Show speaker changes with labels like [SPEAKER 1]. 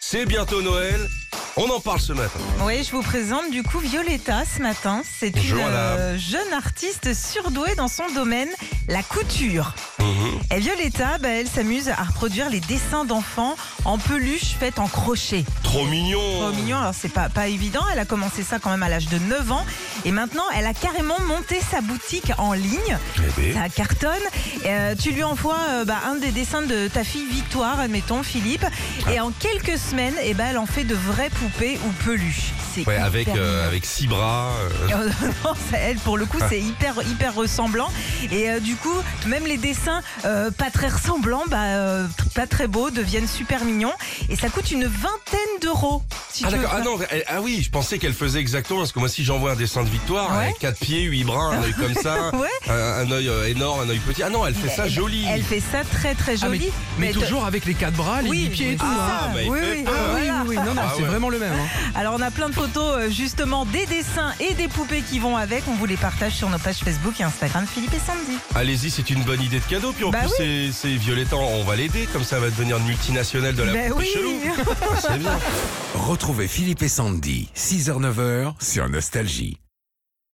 [SPEAKER 1] C'est bientôt Noël. On en parle ce matin.
[SPEAKER 2] Oui, je vous présente du coup Violetta ce matin. C'est une
[SPEAKER 1] Bonjour, madame.
[SPEAKER 2] euh, jeune artiste surdouée dans son domaine, la couture.
[SPEAKER 1] Mhm.
[SPEAKER 2] Et Violetta, bah, elle s'amuse à reproduire les dessins d'enfants en peluche faite en crochet.
[SPEAKER 1] Trop mignon.
[SPEAKER 2] Trop mignon, alors c'est pas, pas évident. Elle a commencé ça quand même à l'âge de 9 ans. Et maintenant, elle a carrément monté sa boutique en ligne.
[SPEAKER 1] Eh ben,
[SPEAKER 2] Ça cartonne. Euh, tu lui envoies euh, bah, un des dessins de ta fille Victoire, admettons Philippe, et en quelques semaines, eh ben, elle en fait de vraies poupées ou peluches. C'est
[SPEAKER 1] ouais,
[SPEAKER 2] hyper
[SPEAKER 1] avec,
[SPEAKER 2] mignon.
[SPEAKER 1] euh, avec six bras. euh,
[SPEAKER 2] Euh, non, ça, elle, pour le coup, c'est hyper, hyper ressemblant. Et euh, du coup, même les dessins euh, pas très ressemblants, bah, euh, pas très beaux, deviennent super mignons. Et ça coûte une vingtaine d'euros. si
[SPEAKER 1] Ah
[SPEAKER 2] tu veux
[SPEAKER 1] d'accord, ah
[SPEAKER 2] faire.
[SPEAKER 1] non, elle- ah oui, je pensais qu'elle faisait exactement, parce que moi si j'envoie un dessin de victoire,
[SPEAKER 2] Ouais.
[SPEAKER 1] avec quatre pieds, huit bras, un œil comme
[SPEAKER 3] ah.
[SPEAKER 1] ça,
[SPEAKER 2] Ouais.
[SPEAKER 1] un, un œil euh, énorme, un œil petit, ah non, elle fait ça joli.
[SPEAKER 2] Elle fait ça très, très
[SPEAKER 3] Ah, mais-
[SPEAKER 2] joli.
[SPEAKER 3] mais,
[SPEAKER 2] Mais de-
[SPEAKER 3] toujours avec les quatre bras, les
[SPEAKER 2] Oui,
[SPEAKER 3] dix pieds et
[SPEAKER 2] oui,
[SPEAKER 3] tout.
[SPEAKER 2] c'est
[SPEAKER 3] hein.
[SPEAKER 2] ça.
[SPEAKER 1] bah, il
[SPEAKER 2] oui,
[SPEAKER 1] fait
[SPEAKER 2] oui,
[SPEAKER 3] Ah
[SPEAKER 2] voilà.
[SPEAKER 3] oui, oui, oui, non, non,
[SPEAKER 1] Ah
[SPEAKER 3] c'est
[SPEAKER 1] ouais.
[SPEAKER 3] vraiment le même. hein.
[SPEAKER 2] Alors on a plein de photos euh, justement des dessins et des poupées qui vont avec. On vous les partage sur nos pages Facebook et Instagram Philippe et Sandy.
[SPEAKER 1] Allez-y, c'est une bonne idée de cadeau, puis en
[SPEAKER 2] Bah
[SPEAKER 1] plus c'est- c'est Violetta, on va l'aider, comme ça elle va devenir une multinationale de la
[SPEAKER 2] Ben
[SPEAKER 1] poupée
[SPEAKER 2] oui.
[SPEAKER 1] chelou. C'est bien.
[SPEAKER 4] Retrouvez Philippe et Sandy, 6h-9h sur Nostalgie.